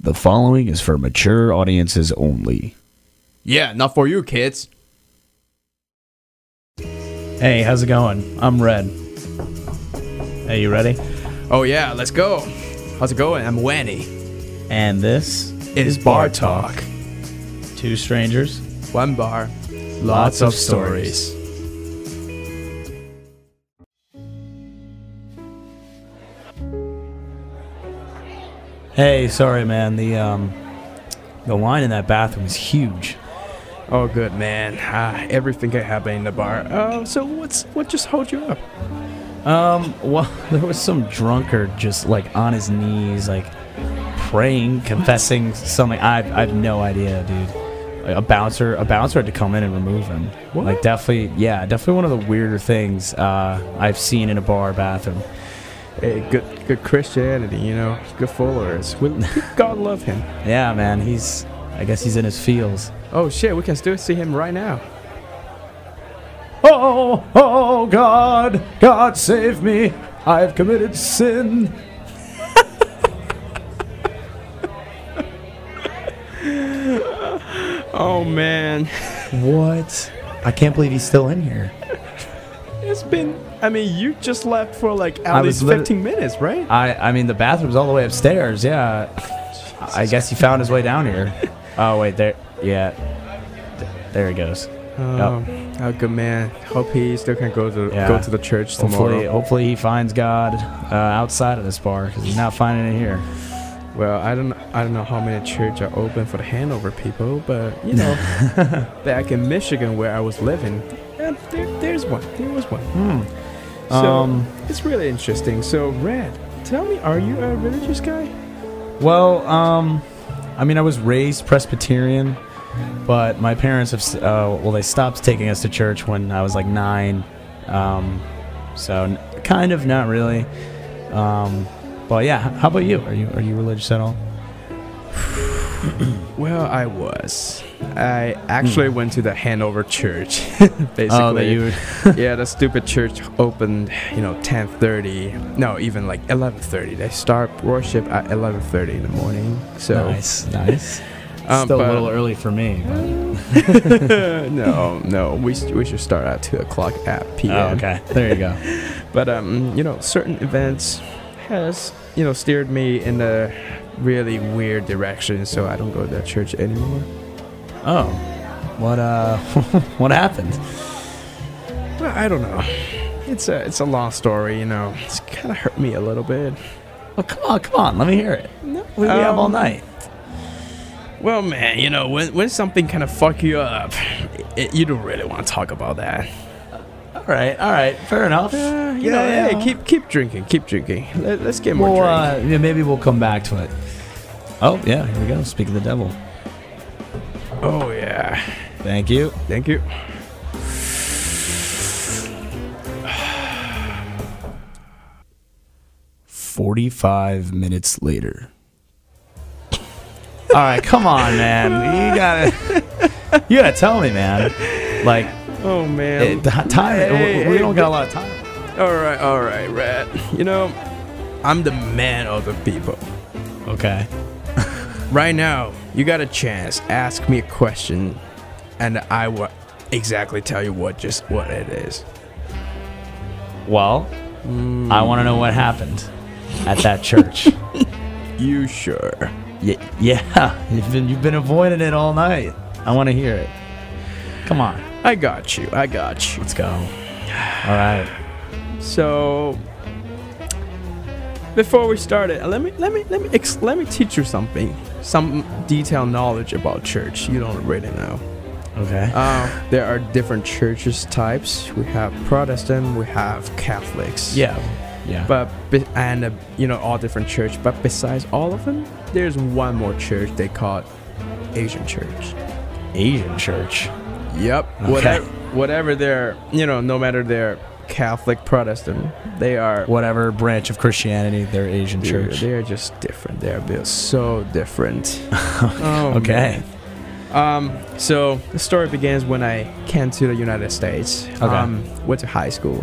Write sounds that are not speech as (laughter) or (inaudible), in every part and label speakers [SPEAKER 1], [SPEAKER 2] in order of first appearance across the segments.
[SPEAKER 1] The following is for mature audiences only.
[SPEAKER 2] Yeah, not for you kids.
[SPEAKER 3] Hey, how's it going? I'm Red. Hey, you ready?
[SPEAKER 2] Oh yeah, let's go. How's it going? I'm Wanny.
[SPEAKER 3] And this
[SPEAKER 2] It is Bar Talk.
[SPEAKER 3] Two strangers.
[SPEAKER 2] One bar,
[SPEAKER 3] Lots of stories. Hey, sorry, man. The um, the line in that bathroom is huge.
[SPEAKER 2] Oh good man. Ah, everything can happen in the bar. Uh, so what's what just hold you up?
[SPEAKER 3] Um, well, (laughs) there was some drunkard just like on his knees, like praying, confessing something. I I've no idea, dude. Like, a bouncer, a bouncer had to come in and remove him.
[SPEAKER 2] What?
[SPEAKER 3] Like definitely, yeah, definitely one of the weirder things uh, I've seen in a bar bathroom.
[SPEAKER 2] Hey, good good Christianity, you know, good followers. We, God love him.
[SPEAKER 3] Yeah, man, he's. I guess he's in his feels.
[SPEAKER 2] Oh shit, we can still see him right now.
[SPEAKER 3] Oh, oh, God, God save me! I've committed sin.
[SPEAKER 2] Oh man.
[SPEAKER 4] What? I can't believe he's still in here.
[SPEAKER 2] It's been I mean you just left for like at
[SPEAKER 3] I
[SPEAKER 2] least
[SPEAKER 3] was lit-
[SPEAKER 2] fifteen minutes, right?
[SPEAKER 3] I I mean the bathroom's all the way upstairs. Yeah, I I guess he found his way down here. Oh wait, there. Yeah, Th- there he goes.
[SPEAKER 2] Oh, oh, good man. Hope he still can go to
[SPEAKER 3] Yeah.
[SPEAKER 2] go to the church tomorrow.
[SPEAKER 3] Hopefully, hopefully he finds God uh, outside of this bar because he's not finding it here.
[SPEAKER 2] Well, I don't I don't know how many churches are open for the handover people, but you (laughs) know, back in Michigan where I was living, yeah, there, there's one. There was one. So
[SPEAKER 3] Um,
[SPEAKER 2] it's really interesting. So, Red, tell me, are you a religious guy?
[SPEAKER 3] Well, um, I mean, I was raised Presbyterian, but my parents have, s- uh, well, they stopped taking us to church when I was like nine. Um, so n- kind of not really. Um, but yeah, h- how about you? Are you are you religious at all?
[SPEAKER 2] Well, I was. I actually went to the Hanover Church, (laughs) basically.
[SPEAKER 3] Oh,
[SPEAKER 2] (laughs) yeah, the stupid church opened, you know, 10:30. No, even like 11:30. They start worship at 11:30 in the morning. So
[SPEAKER 3] (laughs) nice, nice. Oh,
[SPEAKER 2] Um,
[SPEAKER 3] Still
[SPEAKER 2] but-
[SPEAKER 3] a little early for me. But,
[SPEAKER 2] (laughs) no, no, we, s- we should start at two o'clock at p.m.
[SPEAKER 3] Oh, okay. There you go.
[SPEAKER 2] But um, you know, certain events has you know steered me in a really weird direction, so I don't go to that church anymore.
[SPEAKER 3] (laughs) Oh, what uh, (laughs) what happened?
[SPEAKER 2] Well, I don't know. It's a it's a long story, you know. It's kind of hurt me a little bit.
[SPEAKER 3] Oh, come on, come on. Let me hear it. We, we have all
[SPEAKER 2] Um,
[SPEAKER 3] night.
[SPEAKER 2] Well, man, you know when when something kind of fuck you up, it, you don't really want to talk about that.
[SPEAKER 3] All right, all right. Fair enough.
[SPEAKER 2] Uh, you know, hey, keep keep drinking, keep drinking. Let, let's get more
[SPEAKER 3] Well,
[SPEAKER 2] drink.
[SPEAKER 3] uh, yeah, maybe we'll come back to it. Oh yeah, here we go. Speak of the devil.
[SPEAKER 2] oh yeah.
[SPEAKER 3] Thank you.
[SPEAKER 2] Thank you.
[SPEAKER 1] Forty-five minutes later.
[SPEAKER 3] All right, come on, man. You gotta, you gotta (laughs) tell me, man. Like,
[SPEAKER 2] Oh man.
[SPEAKER 3] it, the time.
[SPEAKER 2] Hey,
[SPEAKER 3] we, we
[SPEAKER 2] hey,
[SPEAKER 3] don't got a lot of time.
[SPEAKER 2] All right, all right, Rat. You know, I'm the man of the people.
[SPEAKER 3] Okay.
[SPEAKER 2] Right now, you got a chance. Ask me a question, and I will exactly tell you what just what it is.
[SPEAKER 3] Well, I want to know what happened at that church.
[SPEAKER 2] You sure?
[SPEAKER 3] y- yeah, you've been you've been avoiding it all night. I want to hear it. Come on,
[SPEAKER 2] I got you. I got you.
[SPEAKER 3] let's go. All right.
[SPEAKER 2] So, before we start it, let me let me let me ex- let me teach you something. Some detailed knowledge about church you don't really know.
[SPEAKER 3] Okay.
[SPEAKER 2] Uh, there are different churches types. We have Protestant. We have Catholics.
[SPEAKER 3] yeah. Yeah.
[SPEAKER 2] but be- and uh, you know all different church but besides all of them there's one more church they call it asian church
[SPEAKER 3] Asian church.
[SPEAKER 2] yep
[SPEAKER 3] Okay.
[SPEAKER 2] whatever whatever they're you know no matter they're catholic protestant they are
[SPEAKER 3] whatever branch of Christianity, their Asian
[SPEAKER 2] they're-
[SPEAKER 3] church.
[SPEAKER 2] they're just different they're built so
[SPEAKER 3] (laughs)
[SPEAKER 2] different Oh,
[SPEAKER 3] Okay.
[SPEAKER 2] Um, so the story begins when I came to the United States.
[SPEAKER 3] Okay.
[SPEAKER 2] Um, went to high school.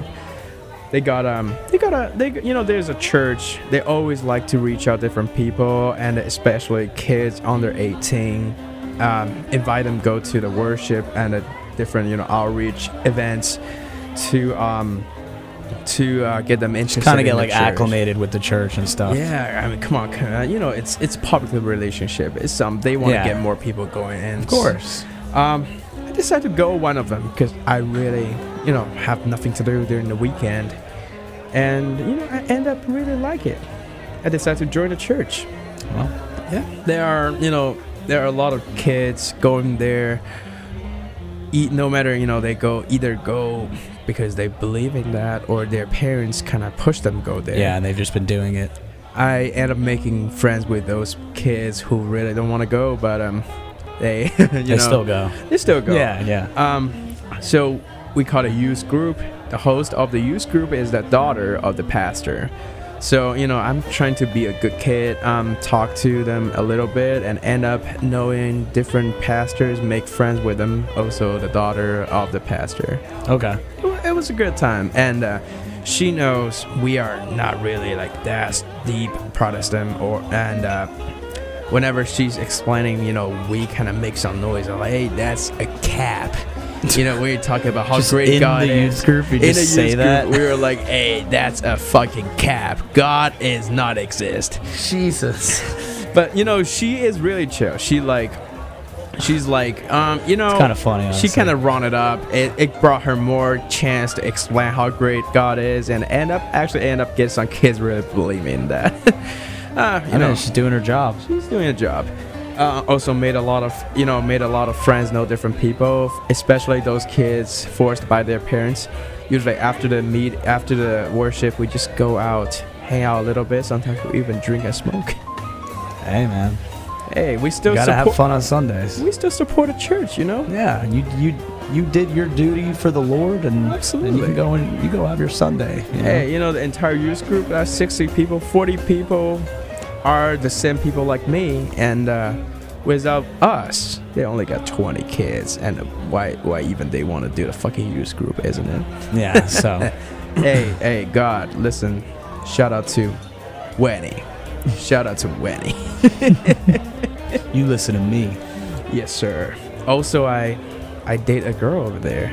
[SPEAKER 2] they got um they got a they you know there's a church they always like to reach out different people and especially kids under 18 um, invite them go to the worship and the different you know outreach events to um to uh, get them interested
[SPEAKER 3] Kind of
[SPEAKER 2] in
[SPEAKER 3] get
[SPEAKER 2] the
[SPEAKER 3] like
[SPEAKER 2] church.
[SPEAKER 3] acclimated with the church and stuff.
[SPEAKER 2] yeah i mean come on uh, you know it's it's public relationship it's um they want to
[SPEAKER 3] Yeah.
[SPEAKER 2] get more people going in
[SPEAKER 3] Of course.
[SPEAKER 2] um, I decided to go one of them because I really, you know, have nothing to do during the weekend, and you know, I end up really like it. I decided to join a church.
[SPEAKER 3] Well.
[SPEAKER 2] yeah, there are you know there are a lot of kids going there. Eat no matter you know they go either go because they believe in that or their parents kind of push them go there.
[SPEAKER 3] Yeah, and they've just been doing it.
[SPEAKER 2] I end up making friends with those kids who really don't want to go, but um, they (laughs) you
[SPEAKER 3] They
[SPEAKER 2] know
[SPEAKER 3] still go.
[SPEAKER 2] they still go.
[SPEAKER 3] Yeah, yeah.
[SPEAKER 2] Um, so we call a youth group. The host of the youth group is the daughter of the pastor. So you know, I'm trying to be a good kid. Um, talk to them a little bit and end up knowing different pastors, make friends with them. Also, the daughter of the pastor.
[SPEAKER 3] Okay.
[SPEAKER 2] It wa- It was a good time, and uh, she knows we are not really like that deep Protestant. Or and uh, whenever she's explaining, you know, we kind of make some noise. I'm like, hey, that's a cap. You know, we talk about how
[SPEAKER 3] (laughs) Just
[SPEAKER 2] great
[SPEAKER 3] in
[SPEAKER 2] God
[SPEAKER 3] the
[SPEAKER 2] is.
[SPEAKER 3] youth group, you
[SPEAKER 2] In the
[SPEAKER 3] just say
[SPEAKER 2] youth group,
[SPEAKER 3] that.
[SPEAKER 2] we were like, hey, that's a fucking cap. God is not exist.
[SPEAKER 3] (laughs)
[SPEAKER 4] Jesus.
[SPEAKER 2] But you know, she is really chill. She like, she's like, um, you know,
[SPEAKER 3] Kind of funny.
[SPEAKER 2] she kind of run it up. It, it brought her more chance to explain how great God is, and end up actually end up getting some kids really believing that. (laughs) uh, you
[SPEAKER 3] I
[SPEAKER 2] know,
[SPEAKER 3] mean, she's doing her job.
[SPEAKER 2] she's doing a job. Uh, also made a lot of you know made a lot of friends, know different people, especially those kids forced by their parents. Usually after the meet, after the worship, we just go out, hang out a little bit. Sometimes we even drink and smoke. (laughs)
[SPEAKER 3] Hey, man.
[SPEAKER 2] Hey, we still
[SPEAKER 3] gotta have
[SPEAKER 2] support.
[SPEAKER 3] fun on Sundays.
[SPEAKER 2] We still support a church, you know.
[SPEAKER 3] Yeah, you you you did your duty for the Lord, and and you
[SPEAKER 2] Absolutely.
[SPEAKER 3] can go and you go have your Sunday. you know?
[SPEAKER 2] Hey, you know, the entire youth group, that's 60 people, 40 people are the same people like me. And uh, without us, they only got 20 kids. And why why even they want to do the fucking youth group, isn't
[SPEAKER 3] (clears throat)
[SPEAKER 2] it?
[SPEAKER 3] yeah.
[SPEAKER 2] (laughs)
[SPEAKER 3] So
[SPEAKER 2] hey, hey, God, listen, shout out to Wenny. Shout out to Wenny. (laughs)
[SPEAKER 3] you listen to me.
[SPEAKER 2] Yes, sir. Also, I I date a girl over there.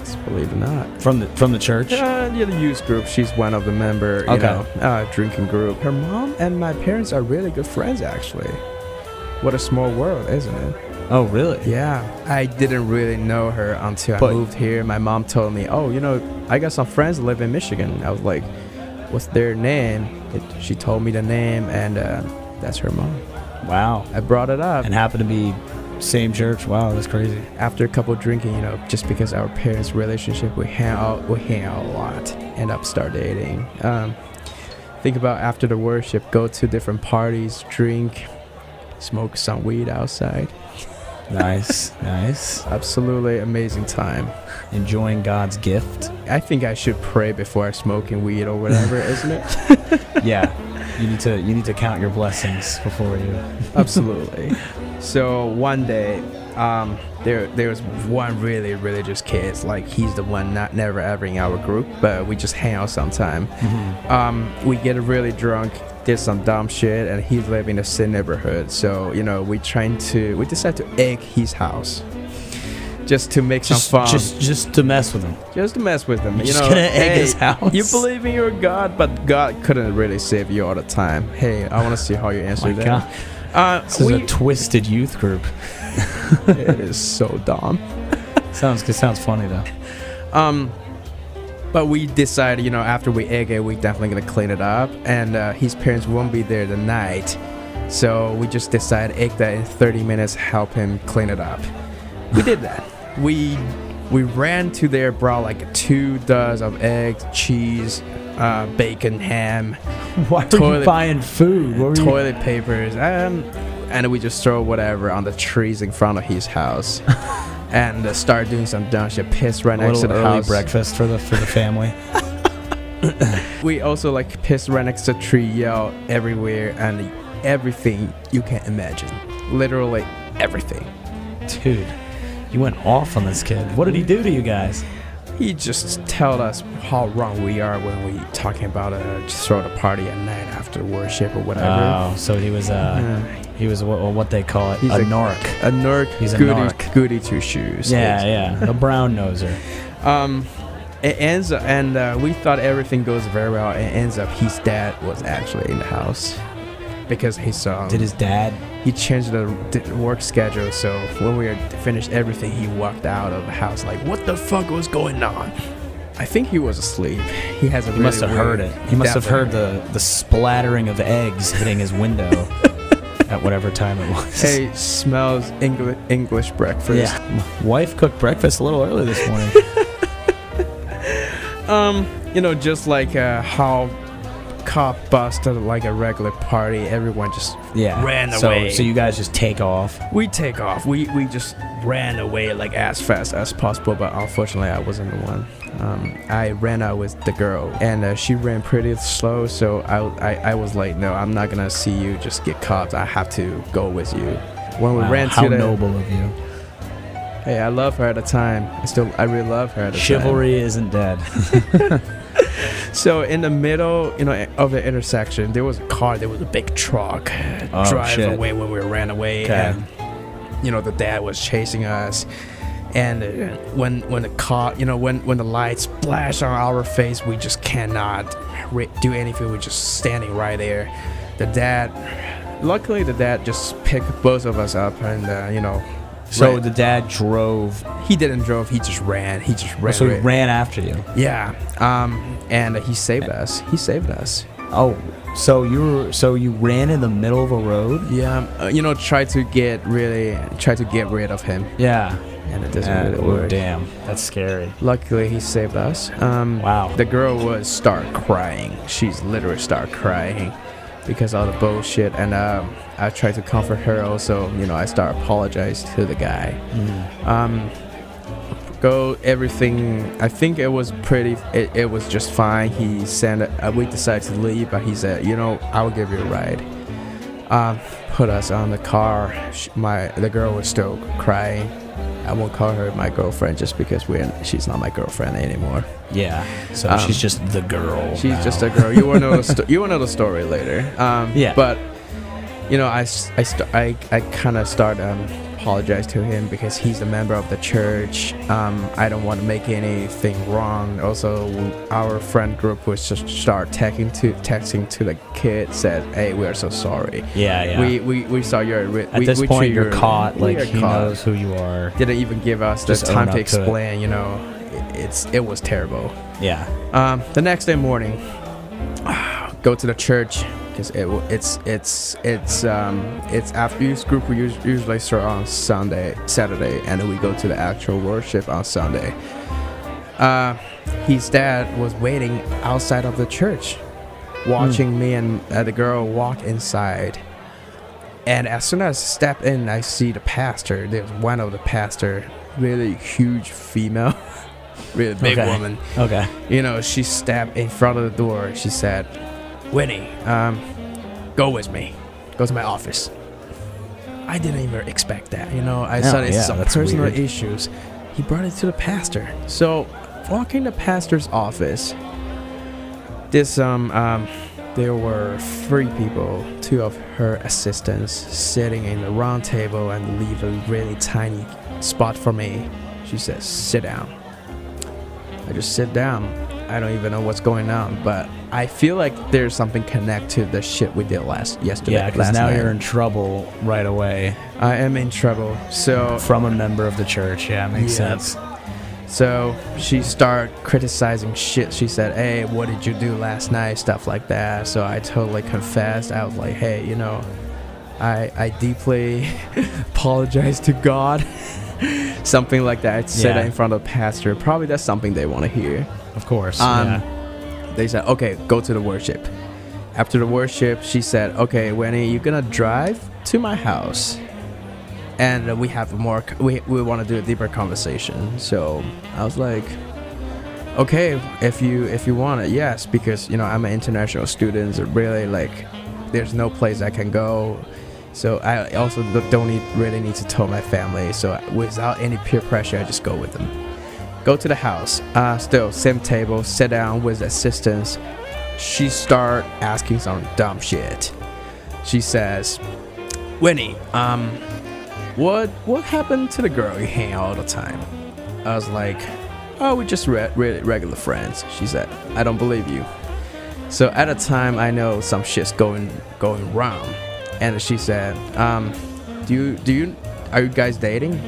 [SPEAKER 2] Just believe it or not.
[SPEAKER 3] From the from the church?
[SPEAKER 2] Uh, yeah, the youth group. She's one of the member. You
[SPEAKER 3] Okay.
[SPEAKER 2] know, uh, drinking group. Her mom and my parents are really good friends, actually. What a small world, isn't it?
[SPEAKER 3] Oh really?
[SPEAKER 2] Yeah, I didn't really know her until I
[SPEAKER 3] But-
[SPEAKER 2] moved here. My mom told me, "Oh, you know, I got some friends that live in Michigan." I was like, "What's their name?" It, she told me the name, and uh, that's her mom.
[SPEAKER 3] Wow.
[SPEAKER 2] I brought it up
[SPEAKER 3] And happened to be same church. Wow, that's crazy.
[SPEAKER 2] after a couple of drinking, you know, just because our parents' relationship, we hang out, we hang out a lot, end up start dating. Um, think about after the worship, go to different parties, drink, smoke some weed outside.
[SPEAKER 3] Nice, (laughs) nice.
[SPEAKER 2] Absolutely amazing time.
[SPEAKER 3] Enjoying God's gift.
[SPEAKER 2] I think I should pray before I smoking weed or whatever, isn't it?
[SPEAKER 3] Yeah. You need to you need to count your blessings before you.
[SPEAKER 2] Absolutely. So one day, um, there there was one really religious kid. Like he's the one not never ever in our group, but we just hang out sometime.
[SPEAKER 3] Mm-hmm.
[SPEAKER 2] um, we get really drunk, did some dumb shit, and he live in the same neighborhood. So you know, we trying to we decide to egg his house, just to make
[SPEAKER 3] Just,
[SPEAKER 2] some fun, just,
[SPEAKER 3] just just to mess with him.
[SPEAKER 2] to mess with him. You
[SPEAKER 3] just
[SPEAKER 2] know,
[SPEAKER 3] gonna egg
[SPEAKER 2] hey,
[SPEAKER 3] his house.
[SPEAKER 2] You believe in your God, but God couldn't really save you all the time. Hey, I want to see how you answer
[SPEAKER 3] My
[SPEAKER 2] that.
[SPEAKER 3] God,
[SPEAKER 2] Uh,
[SPEAKER 3] this is
[SPEAKER 2] we,
[SPEAKER 3] a twisted youth group.
[SPEAKER 2] it is so dumb.
[SPEAKER 3] Sounds it sounds
[SPEAKER 2] (laughs)
[SPEAKER 3] funny though.
[SPEAKER 2] Um, but we decided, you know, after we egg it, we definitely gonna clean it up, and uh, his parents won't be there the night, so we just decided egg that in 30 minutes, help him clean it up. We did that. (laughs) We we ran to there, brought like two dozen of eggs, cheese, uh, bacon, ham,
[SPEAKER 3] Why are
[SPEAKER 2] Toilet-
[SPEAKER 3] you buying food? What were you-
[SPEAKER 2] toilet papers, um, and we just throw whatever on the trees in front of his
[SPEAKER 3] (laughs)
[SPEAKER 2] house, and uh, start doing some dumb shit. Piss right
[SPEAKER 3] a
[SPEAKER 2] next to
[SPEAKER 3] little
[SPEAKER 2] the
[SPEAKER 3] early
[SPEAKER 2] house.
[SPEAKER 3] breakfast for the for
[SPEAKER 2] (laughs)
[SPEAKER 3] the family.
[SPEAKER 2] We also like pissed right next to tree, yell everywhere, and everything you can imagine. Literally everything.
[SPEAKER 3] Dude, you went off on this kid. What did he do to you guys?
[SPEAKER 2] he just tell us how wrong we are when we talking about uh, just throw the party at night after worship or whatever.
[SPEAKER 3] Oh, so he was uh,
[SPEAKER 2] Uh,
[SPEAKER 3] he was what, what they call it
[SPEAKER 2] He's
[SPEAKER 3] a
[SPEAKER 2] a-
[SPEAKER 3] nork.
[SPEAKER 2] a narc,
[SPEAKER 3] He's a
[SPEAKER 2] goody,
[SPEAKER 3] narc.
[SPEAKER 2] goody two shoes.
[SPEAKER 3] Yeah, yeah, a brown noser.
[SPEAKER 2] Um, it ends up, and uh, we thought everything goes very well. It ends up his dad was actually in the house because he saw
[SPEAKER 3] Did his dad?
[SPEAKER 2] he changed the d- work schedule. So when we had finished everything, he walked out of the house like, "What the fuck was going on?" I think he was asleep. He has a.
[SPEAKER 3] He must have
[SPEAKER 2] really
[SPEAKER 3] heard
[SPEAKER 2] weird-
[SPEAKER 3] it. He must have heard
[SPEAKER 2] Definitely.
[SPEAKER 3] the the splattering of eggs hitting his
[SPEAKER 2] (laughs)
[SPEAKER 3] window at whatever time it was. (laughs)
[SPEAKER 2] Hey, smells English English breakfast.
[SPEAKER 3] Yeah, my wife cooked breakfast a little early this
[SPEAKER 2] (laughs)
[SPEAKER 3] morning.
[SPEAKER 2] Um, you know, just like uh, how cop busted like a regular party, everyone just
[SPEAKER 3] Yeah,
[SPEAKER 2] Ran
[SPEAKER 3] so,
[SPEAKER 2] away.
[SPEAKER 3] So you guys just take off.
[SPEAKER 2] we take off. We we just ran away like as fast as possible. But unfortunately, I wasn't the one. Um, I ran out with the girl, and uh, she ran pretty slow. So I, I I was like, no, I'm not gonna see you. Just get caught. I have to go with you. When we
[SPEAKER 3] Wow,
[SPEAKER 2] ran
[SPEAKER 3] how
[SPEAKER 2] to the
[SPEAKER 3] noble of you!
[SPEAKER 2] hey, I love her at the time. I still I really love her at the time.
[SPEAKER 3] Chivalry isn't dead.
[SPEAKER 2] So in the middle, you know, of the intersection, there was a car. There was a big truck
[SPEAKER 3] Oh,
[SPEAKER 2] drive
[SPEAKER 3] shit.
[SPEAKER 2] away when we ran away,
[SPEAKER 3] Okay.
[SPEAKER 2] and you know the dad was chasing us. And uh, when when the car, you know, when when the lights flash on our face, we just cannot re- do anything. We're just standing right there. The dad, luckily, the dad just picked both of us up, and uh, you know,
[SPEAKER 3] So
[SPEAKER 2] Right.
[SPEAKER 3] the dad drove.
[SPEAKER 2] he didn't drove. He just ran. He just ran.
[SPEAKER 3] Oh, so he
[SPEAKER 2] right-
[SPEAKER 3] ran after you.
[SPEAKER 2] Yeah. Um. And he saved us. He saved us.
[SPEAKER 3] Oh, so you were so you ran in the middle of a road?
[SPEAKER 2] Yeah, uh, you know, try to get really, try to get rid of him,
[SPEAKER 3] Yeah.
[SPEAKER 2] and it doesn't
[SPEAKER 3] Yeah,
[SPEAKER 2] really
[SPEAKER 3] oh,
[SPEAKER 2] work.
[SPEAKER 3] damn, that's scary.
[SPEAKER 2] Luckily, he saved us. Um,
[SPEAKER 3] Wow.
[SPEAKER 2] The girl was start crying. She's literally start crying because all the bullshit. And um, I tried to comfort her. Also, you know, I start apologize to the guy. Um, go everything. I think it was pretty. It, it was just fine. He sent. Uh, we decided to leave, but he said, you know, I'll give you a ride. Um, put us on the car. Sh my the girl was still crying. I won't call her my girlfriend just because we're she's not my girlfriend anymore.
[SPEAKER 3] Yeah. So
[SPEAKER 2] Um,
[SPEAKER 3] she's just the girl.
[SPEAKER 2] She's
[SPEAKER 3] now.
[SPEAKER 2] just a girl. You will know the sto- you will know the story later. Um,
[SPEAKER 3] Yeah.
[SPEAKER 2] But you know, I s- I st- I, I kind of start um, apologize to him because he's a member of the church. Um, I don't want to make anything wrong. Also, our friend group was just start texting to texting to the kid said, "Hey, we are so sorry.
[SPEAKER 3] Yeah, yeah.
[SPEAKER 2] Uh, We, we we saw your re-
[SPEAKER 3] At
[SPEAKER 2] we,
[SPEAKER 3] this
[SPEAKER 2] we
[SPEAKER 3] point,
[SPEAKER 2] treat
[SPEAKER 3] you're
[SPEAKER 2] your-
[SPEAKER 3] caught.
[SPEAKER 2] we
[SPEAKER 3] Like
[SPEAKER 2] are
[SPEAKER 3] he
[SPEAKER 2] caught.
[SPEAKER 3] knows who you are.
[SPEAKER 2] Didn't even give us the
[SPEAKER 3] Just own
[SPEAKER 2] time
[SPEAKER 3] up
[SPEAKER 2] to
[SPEAKER 3] to it.
[SPEAKER 2] explain. you know, It- it's it was terrible.
[SPEAKER 3] Yeah.
[SPEAKER 2] Um, the next day morning, (sighs) go to the church because it, w- it's it's it's um, it's after youth group we us- usually start on Sunday, Saturday, and then we go to the actual worship on Sunday. Uh, his dad was waiting outside of the church, watching me and uh, the girl walk inside. And as soon as I step in, I see the pastor. There's one of the pastor, really huge female, (laughs) really big
[SPEAKER 3] Okay.
[SPEAKER 2] woman
[SPEAKER 3] Okay.
[SPEAKER 2] you know, she stepped in front of the door. She said, Winnie, um, go with me. Go to my office. I didn't even expect that. You know, I
[SPEAKER 3] No,
[SPEAKER 2] thought it's
[SPEAKER 3] yeah,
[SPEAKER 2] some
[SPEAKER 3] that's
[SPEAKER 2] personal
[SPEAKER 3] weird.
[SPEAKER 2] issues. He brought it to the pastor. So, walking the pastor's office, this, um, um, there were three people, two of her assistants, sitting in the round table and leave a really tiny spot for me. She says, sit down. I just sit down. I don't even know what's going on, but I feel like there's something connect to the shit we did last yesterday.
[SPEAKER 3] Yeah, because
[SPEAKER 2] last
[SPEAKER 3] now
[SPEAKER 2] night.
[SPEAKER 3] you're in trouble right away
[SPEAKER 2] I am in trouble. So
[SPEAKER 3] from a member of the church. Yeah, makes
[SPEAKER 2] Yeah.
[SPEAKER 3] sense.
[SPEAKER 2] So she started criticizing shit. She said, "Hey, what did you do last night?" Stuff like that. So I totally confessed. I was like, "Hey, you know, I I deeply (laughs) apologize to God." (laughs) something like that. I said that
[SPEAKER 3] Yeah.
[SPEAKER 2] in front of the pastor. Probably that's something they want to hear.
[SPEAKER 3] Of course.
[SPEAKER 2] Um,
[SPEAKER 3] yeah.
[SPEAKER 2] They said, "Okay, go to the worship." After the worship, she said, "Okay, Winnie, you're gonna drive to my house." And we have more. We, we want to do a deeper conversation. So I was like, okay if you if you want it yes because you know i'm an international student so really like there's no place i can go so i also d- don't need, really need to tell my family so without any peer pressure i just go with them Go to the house. Uh, still same table. Sit down with assistants. She start asking some dumb shit. She says, "Winnie, um, what what happened to the girl you hang out all the time?" I was like, "Oh, we just re- re- regular friends." She said, "I don't believe you." So at a time, I know some shit's going going wrong, and she said, um, "Do you do you are you guys dating?"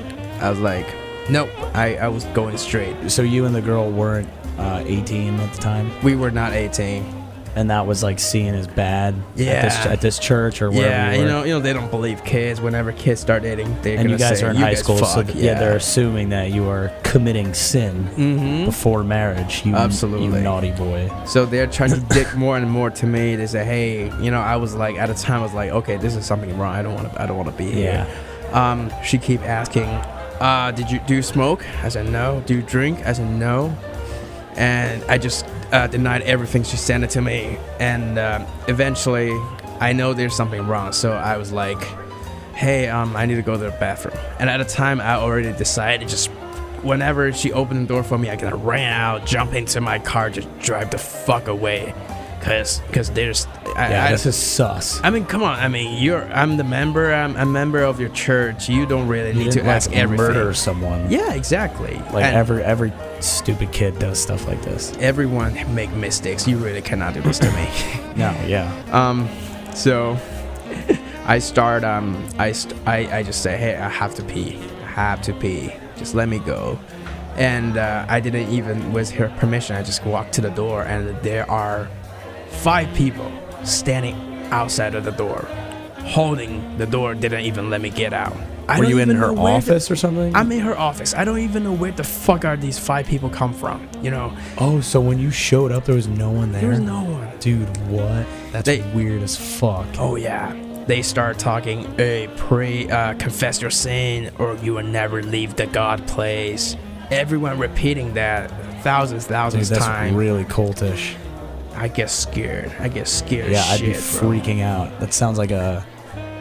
[SPEAKER 2] I was like, "Nope, I I was going straight.
[SPEAKER 3] So you and the girl weren't uh, 18 at the time,
[SPEAKER 2] We were not 18."
[SPEAKER 3] and that was like seen as bad at, this,
[SPEAKER 2] Yeah.
[SPEAKER 3] at this church or wherever
[SPEAKER 2] yeah,
[SPEAKER 3] you
[SPEAKER 2] you,
[SPEAKER 3] were.
[SPEAKER 2] know you know they don't believe kids. Whenever kids start dating, they're
[SPEAKER 3] and
[SPEAKER 2] gonna
[SPEAKER 3] you guys
[SPEAKER 2] say,
[SPEAKER 3] are in
[SPEAKER 2] "You
[SPEAKER 3] high
[SPEAKER 2] guys
[SPEAKER 3] school, so
[SPEAKER 2] fuck,
[SPEAKER 3] th- yeah. they're assuming that you are committing sin
[SPEAKER 2] Mhm.
[SPEAKER 3] before marriage. You,
[SPEAKER 2] Absolutely.
[SPEAKER 3] you naughty boy.
[SPEAKER 2] So they're trying
[SPEAKER 3] (laughs)
[SPEAKER 2] to dick more and more to me. They say, "Hey, you know, I was like at a time I was like, okay, this is something wrong. I don't want to. I don't want to be here." Um, she keep asking, uh, "Did you do you smoke?" I said, "No." "Do you drink?" I said, "No." And I just uh, denied everything she sent it to me. And um, eventually, I know there's something wrong. So I was like, "Hey, um, I need to go to the bathroom." And at the time, I already decided just whenever she opened the door for me, I kind of ran out, jump into my car, just drive the fuck away, cause cause there's I,
[SPEAKER 3] yeah,
[SPEAKER 2] I,
[SPEAKER 3] this is sus.
[SPEAKER 2] I mean, come on. I mean, you're I'm the member. I'm a member of your church. You don't really
[SPEAKER 3] You
[SPEAKER 2] need to
[SPEAKER 3] didn't, like,
[SPEAKER 2] ask everything.
[SPEAKER 3] murder someone.
[SPEAKER 2] Yeah, exactly.
[SPEAKER 3] Like
[SPEAKER 2] And
[SPEAKER 3] every every stupid kid does stuff like this.
[SPEAKER 2] everyone make mistakes. You really cannot do this to
[SPEAKER 3] (laughs)
[SPEAKER 2] me.
[SPEAKER 3] No, yeah.
[SPEAKER 2] um, so I start. Um, I, st- I I just say, hey, I have to pee. I have to pee. Just let me go. And uh, I didn't even with her permission. I just walked to the door, and there are five people standing outside of the door, holding the door. Didn't even let me get out. I
[SPEAKER 1] Were
[SPEAKER 2] don't
[SPEAKER 1] you in
[SPEAKER 2] even
[SPEAKER 1] her
[SPEAKER 2] know where the-
[SPEAKER 1] office or something?
[SPEAKER 2] I'm in her office. I don't even know where the fuck are these five people come from. You know,
[SPEAKER 3] Oh, so when you showed up, there was no one there.
[SPEAKER 2] there's no one.
[SPEAKER 3] Dude, what? That's
[SPEAKER 2] They-
[SPEAKER 3] weird as fuck.
[SPEAKER 2] Oh yeah. They start talking. Hey, pray, uh, confess your sin, or you will never leave the God place. Everyone repeating that thousands,
[SPEAKER 3] Dude,
[SPEAKER 2] thousands
[SPEAKER 3] that's
[SPEAKER 2] times.
[SPEAKER 3] really cultish.
[SPEAKER 2] I get scared. I get scared.
[SPEAKER 3] Yeah,
[SPEAKER 2] as
[SPEAKER 3] I'd
[SPEAKER 2] shit,
[SPEAKER 3] be
[SPEAKER 2] bro.
[SPEAKER 3] freaking out. That sounds
[SPEAKER 2] (laughs)
[SPEAKER 3] like a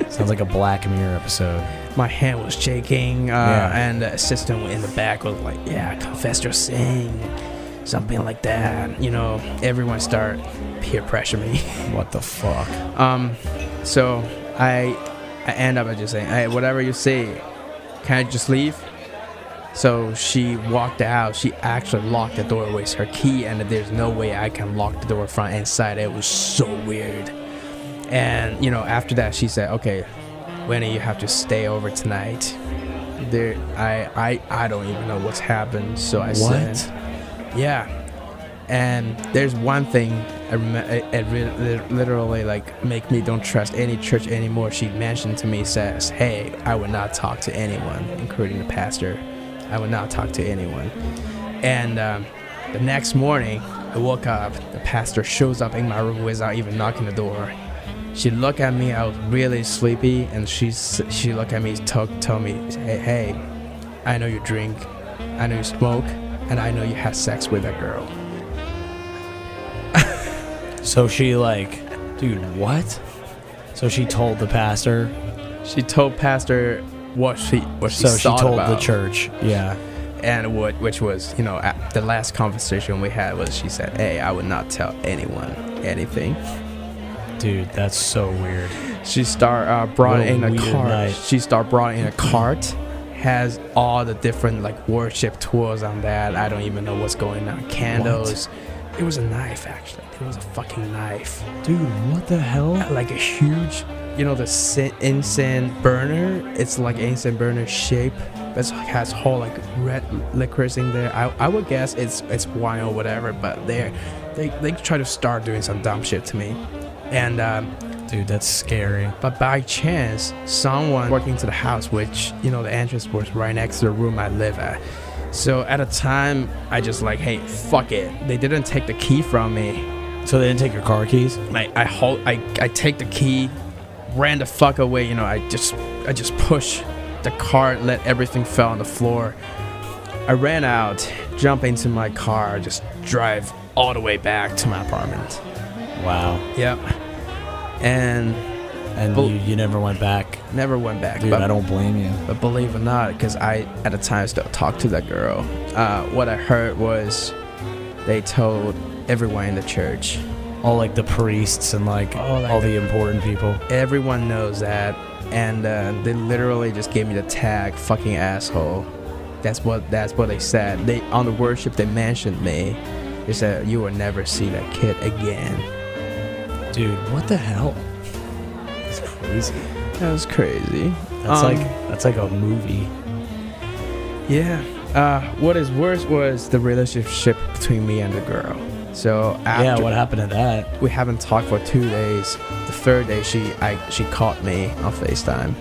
[SPEAKER 3] sounds like a Black Mirror episode.
[SPEAKER 2] My hand was shaking, uh,
[SPEAKER 3] Yeah.
[SPEAKER 2] and the assistant in the back was like, "Yeah, confess your sin," something like that. You know, everyone start peer pressure me. (laughs)
[SPEAKER 3] What the fuck?
[SPEAKER 2] Um, so I I end up just saying, hey, whatever you say, can I just leave? So she walked out. She actually locked the door with her key, and there's no way I can lock the door from inside. It was so weird. And you know, after that, she said, okay, Winnie, you have to stay over tonight. There, I, I, I don't even know what's happened. So I
[SPEAKER 3] What?
[SPEAKER 2] said, yeah. And there's one thing I rem- it, it re- li- literally like make me don't trust any church anymore. She mentioned to me says, "Hey, I would not talk to anyone, including the pastor. I would not talk to anyone." And um, the next morning, I woke up. The pastor shows up in my room without even knocking the door. She looked at me. I was really sleepy, and she s- she looked at me, told told me, "Hey, hey, I know you drink, I know you smoke, and I know you had sex with that girl."
[SPEAKER 3] So she like, dude, what? So she told the pastor.
[SPEAKER 2] She told pastor what she what she
[SPEAKER 3] So she
[SPEAKER 2] thought
[SPEAKER 3] told
[SPEAKER 2] about,
[SPEAKER 3] the church. Yeah.
[SPEAKER 2] and what which was you know at the last conversation we had was she said, "Hey, I would not tell anyone anything."
[SPEAKER 3] Dude, that's so weird.
[SPEAKER 2] She start uh, brought
[SPEAKER 3] What a
[SPEAKER 2] in a
[SPEAKER 3] weird
[SPEAKER 2] cart.
[SPEAKER 3] night.
[SPEAKER 2] She start brought in a cart, has all the different like worship tools on that. I don't even know what's going on. Candles. It was a knife actually. It was a fucking knife,
[SPEAKER 3] Dude, what the hell?
[SPEAKER 2] like a huge, you know, the sin- incense burner. It's like incense burner shape. It has whole like red licorice in there. I, I would guess it's it's wine or whatever, but they they they try to start doing some dumb shit to me, and. Um,
[SPEAKER 3] Dude, that's scary.
[SPEAKER 2] but by chance, someone walked into the house, which, you know, the entrance was right next to the room I live at. So at a time, I just like, hey, fuck it. They didn't take the key from me.
[SPEAKER 3] So they didn't take your car keys?
[SPEAKER 2] Like, I hold, I, I take the key, ran the fuck away. You know, I just, I just push the car, let everything fell on the floor. I ran out, jump into my car, just drive all the way back to my apartment.
[SPEAKER 3] Wow.
[SPEAKER 2] Yep. And
[SPEAKER 3] and
[SPEAKER 2] Bel-
[SPEAKER 3] you, you never went back,
[SPEAKER 2] Never went back.
[SPEAKER 3] dude.
[SPEAKER 2] but,
[SPEAKER 3] I don't blame you.
[SPEAKER 2] but believe it or not, because I at the time still talked to that girl. Uh, what I heard was they told everyone in the church.
[SPEAKER 3] All like the priests and like
[SPEAKER 2] Oh, like
[SPEAKER 3] all the important people.
[SPEAKER 2] Everyone knows that, and uh, they literally just gave me the tag "fucking asshole." That's what that's what they said. They on the worship they mentioned me. They said you will never see that kid again.
[SPEAKER 3] Dude, what the hell? It's crazy.
[SPEAKER 2] That was crazy.
[SPEAKER 3] That's
[SPEAKER 2] Um,
[SPEAKER 3] like that's like a movie.
[SPEAKER 2] Yeah. Uh, what is worse was the relationship between me and the girl. So after
[SPEAKER 3] yeah, what happened to that?
[SPEAKER 2] we haven't talked for two days. The third day, she I she caught me on Facetime.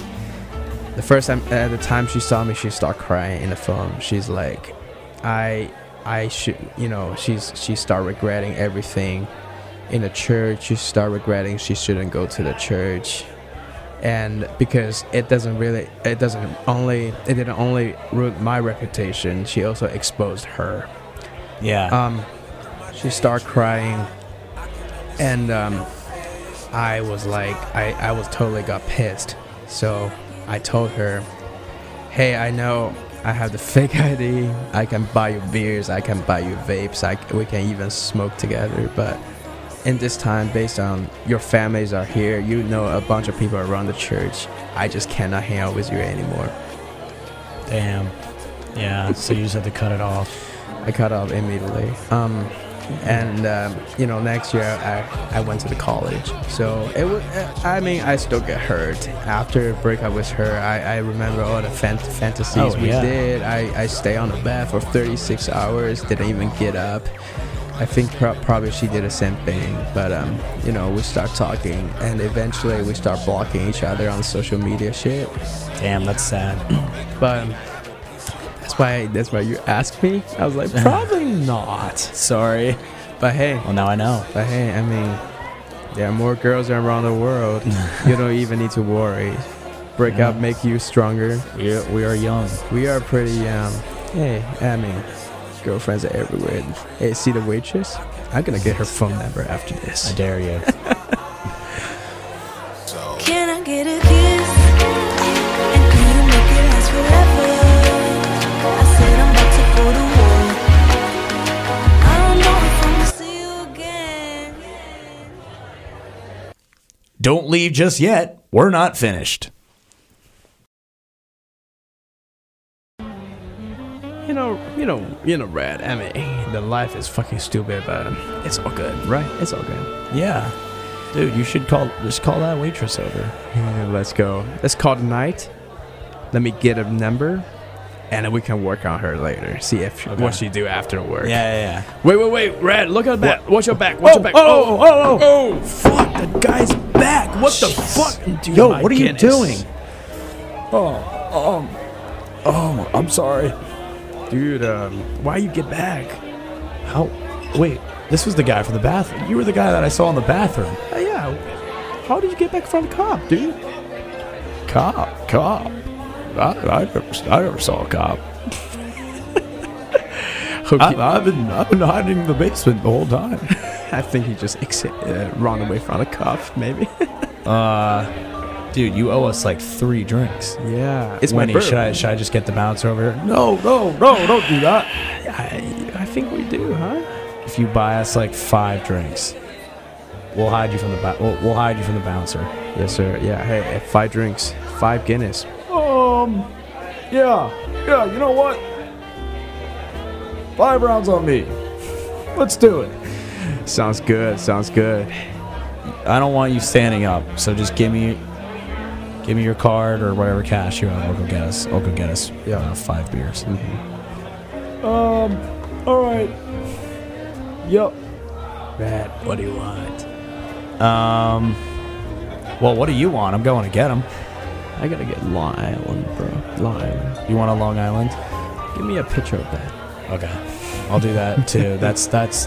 [SPEAKER 2] The first time, at the time she saw me, she started crying in the phone. She's like, I, I should, you know, she's she started regretting everything. In the church, she started regretting she shouldn't go to the church, and because it doesn't really, it doesn't only, it didn't only ruin my reputation. She also exposed her
[SPEAKER 3] Yeah.
[SPEAKER 2] um, she started crying, and um, I was like, I, I was totally got pissed. So I told her, "Hey, I know I have the (laughs) fake ID. I can buy you beers. I can buy you vapes. I, c- we can even smoke together. But in this time, based on your families are here, you know a bunch of people around the church. I just cannot hang out with you anymore."
[SPEAKER 3] Uh, Damn. Yeah. So you just had to cut it off.
[SPEAKER 2] I cut off immediately. Um, and um, you know, next year I, I went to the college. So it was. I mean, I still get hurt after a breakup with her. I, I remember all the fan- fantasies
[SPEAKER 3] Oh,
[SPEAKER 2] we
[SPEAKER 3] yeah.
[SPEAKER 2] did. I I stay on the bed for 36 hours. Didn't even get up. I think pro- probably she did the same thing, but um, you know, we start talking, and eventually we start blocking each other on social media shit.
[SPEAKER 3] Damn, that's sad. (clears throat)
[SPEAKER 2] But um, that's why that's why you asked me. I was
[SPEAKER 3] (laughs)
[SPEAKER 2] like, probably not.
[SPEAKER 3] Sorry.
[SPEAKER 2] But hey,
[SPEAKER 3] Well, now I know.
[SPEAKER 2] but hey, I mean, there are more girls around the (laughs) world. you don't even need to worry. Break
[SPEAKER 3] Yeah.
[SPEAKER 2] up, make you stronger.
[SPEAKER 3] We are, we are young.
[SPEAKER 2] We are pretty, um, hey, I mean, girlfriends are everywhere. Hey, see the waitress? I'm gonna get her phone number after
[SPEAKER 3] I
[SPEAKER 2] this.
[SPEAKER 3] dare you.
[SPEAKER 5] Can I get a kiss? And can you make it last forever? I said I'm about to go to war. I don't know if I'm gonna see you again.
[SPEAKER 1] Don't leave just yet. We're not finished.
[SPEAKER 2] You know, you know, you know, Red, I mean, the life is fucking stupid, but it's all good, right? It's all good.
[SPEAKER 3] (laughs) Yeah. Dude, you should call just call that waitress over.
[SPEAKER 2] Yeah, let's go. Let's call tonight. Let me get a number, and then we can work on her later. See if what she do after work.
[SPEAKER 3] Yeah, yeah,
[SPEAKER 2] Wait, wait, wait, Red, look at back. Watch your back. Watch your back.
[SPEAKER 3] oh, oh,
[SPEAKER 2] oh, fuck, the guy's back. What the fuck? Dude,
[SPEAKER 4] Yo,
[SPEAKER 2] my
[SPEAKER 4] what are you doing?
[SPEAKER 2] goodness.
[SPEAKER 1] um, Oh, I'm sorry.
[SPEAKER 2] Dude, um, why you get back?
[SPEAKER 3] How? Wait, this was the guy from the bathroom. You were the guy that I saw in the bathroom.
[SPEAKER 2] Uh, yeah. How did you get back from the cop, dude?
[SPEAKER 1] Cop, cop. I, I, never, I never saw a cop.
[SPEAKER 2] Okay.
[SPEAKER 1] I, I've been I've been hiding in the basement the whole time.
[SPEAKER 2] I think he just ex- uh, ran away from the cop, maybe.
[SPEAKER 3] (laughs)
[SPEAKER 2] (laughs)
[SPEAKER 3] Dude, you owe us like three drinks.
[SPEAKER 2] yeah. It's
[SPEAKER 3] Winnie,
[SPEAKER 2] my
[SPEAKER 3] should I should I just get the bouncer over here?
[SPEAKER 1] No, no, no, Oh, don't do that.
[SPEAKER 2] I, I think we do, huh?
[SPEAKER 3] If you buy us like five drinks, we'll hide you from the ba- we'll, we'll hide you from the bouncer.
[SPEAKER 2] Yes, sir. Yeah, hey, eh, five drinks, five Guinness.
[SPEAKER 1] Um, yeah, yeah. You know what? Five rounds on me. Let's do it.
[SPEAKER 2] Sounds good, sounds good.
[SPEAKER 3] I don't want you standing up, so just give me give me your card or whatever cash you have. I'll go get us. I'll go get us
[SPEAKER 2] Yeah.
[SPEAKER 3] uh, five beers.
[SPEAKER 2] Mm-hmm.
[SPEAKER 1] All right. Yep.
[SPEAKER 2] Red, what do you want?
[SPEAKER 3] Um, well, what do you want? I'm going to get them.
[SPEAKER 2] I gotta get Long Island, bro. Long Island.
[SPEAKER 3] You want a Long Island?
[SPEAKER 2] Give me a picture of that.
[SPEAKER 3] Okay, I'll do
[SPEAKER 1] (laughs)
[SPEAKER 3] that too. that's that's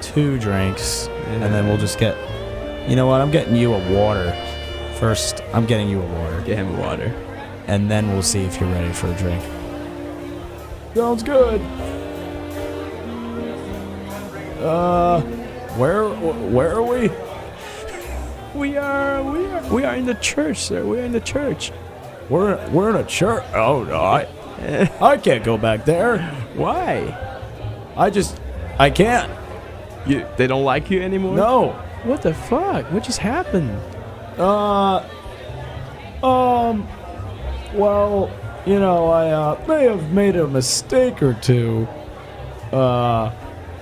[SPEAKER 3] two drinks, and then we'll just get. You know what? I'm getting you a water first. I'm getting you a water,
[SPEAKER 2] Get him water.
[SPEAKER 3] and then we'll see if you're ready for a drink.
[SPEAKER 1] Sounds good. Uh, where where are (laughs) we?
[SPEAKER 2] We are, we are, we are in the church, sir. We are in the church.
[SPEAKER 1] We're we're in a church. Oh no, I (laughs) I can't go back there.
[SPEAKER 2] Why?
[SPEAKER 1] I just I can't.
[SPEAKER 2] You, they don't like you anymore?
[SPEAKER 1] No.
[SPEAKER 2] What the fuck? What just happened?
[SPEAKER 1] Uh. Um. Well, you know, I uh, may have made a mistake or two. Uh.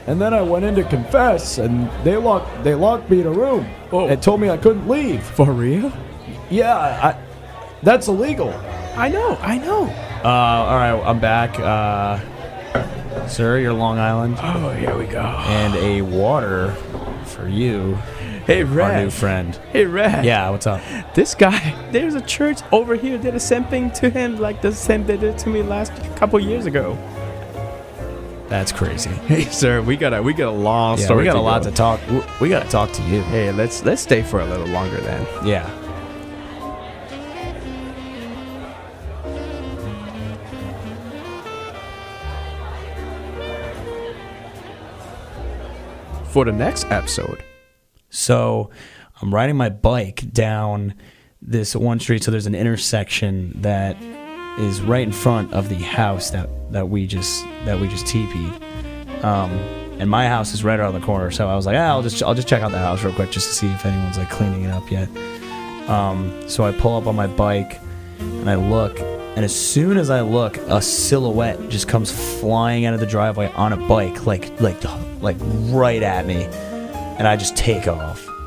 [SPEAKER 1] And then I went in to confess, and they locked they locked me in a room
[SPEAKER 2] Whoa.
[SPEAKER 1] and told me I couldn't leave.
[SPEAKER 2] For real?
[SPEAKER 1] Yeah, I, that's illegal.
[SPEAKER 2] I know, I know.
[SPEAKER 3] Uh, all right, I'm back. Uh, sir, your Long Island
[SPEAKER 2] Oh, here we go.
[SPEAKER 3] and a water for you,
[SPEAKER 2] Hey,
[SPEAKER 3] our new
[SPEAKER 2] Red.
[SPEAKER 3] friend.
[SPEAKER 2] Hey, Red.
[SPEAKER 3] Yeah, what's up?
[SPEAKER 2] This guy, (laughs) there's a church over here did the same thing to him like the same they did to me last couple years ago.
[SPEAKER 3] That's crazy.
[SPEAKER 2] (laughs) Hey, sir, we got a we got a long
[SPEAKER 3] Yeah,
[SPEAKER 2] story.
[SPEAKER 3] we got a
[SPEAKER 2] to
[SPEAKER 3] lot
[SPEAKER 2] go.
[SPEAKER 3] to talk. w- We got to talk to you.
[SPEAKER 2] Hey, let's let's stay for a little longer then.
[SPEAKER 3] Yeah.
[SPEAKER 2] For the next episode.
[SPEAKER 3] So I'm riding my bike down this one street. So there's an intersection that is right in front of the house that, that we just that we just teepeed. Um, and my house is right around the corner. So I was like, ah, I'll just I'll just check out the house real quick just to see if anyone's like cleaning it up yet. Um, so I pull up on my bike and I look. And as soon as I look, a silhouette just comes flying out of the driveway on a bike, like like like right at me and I just take off.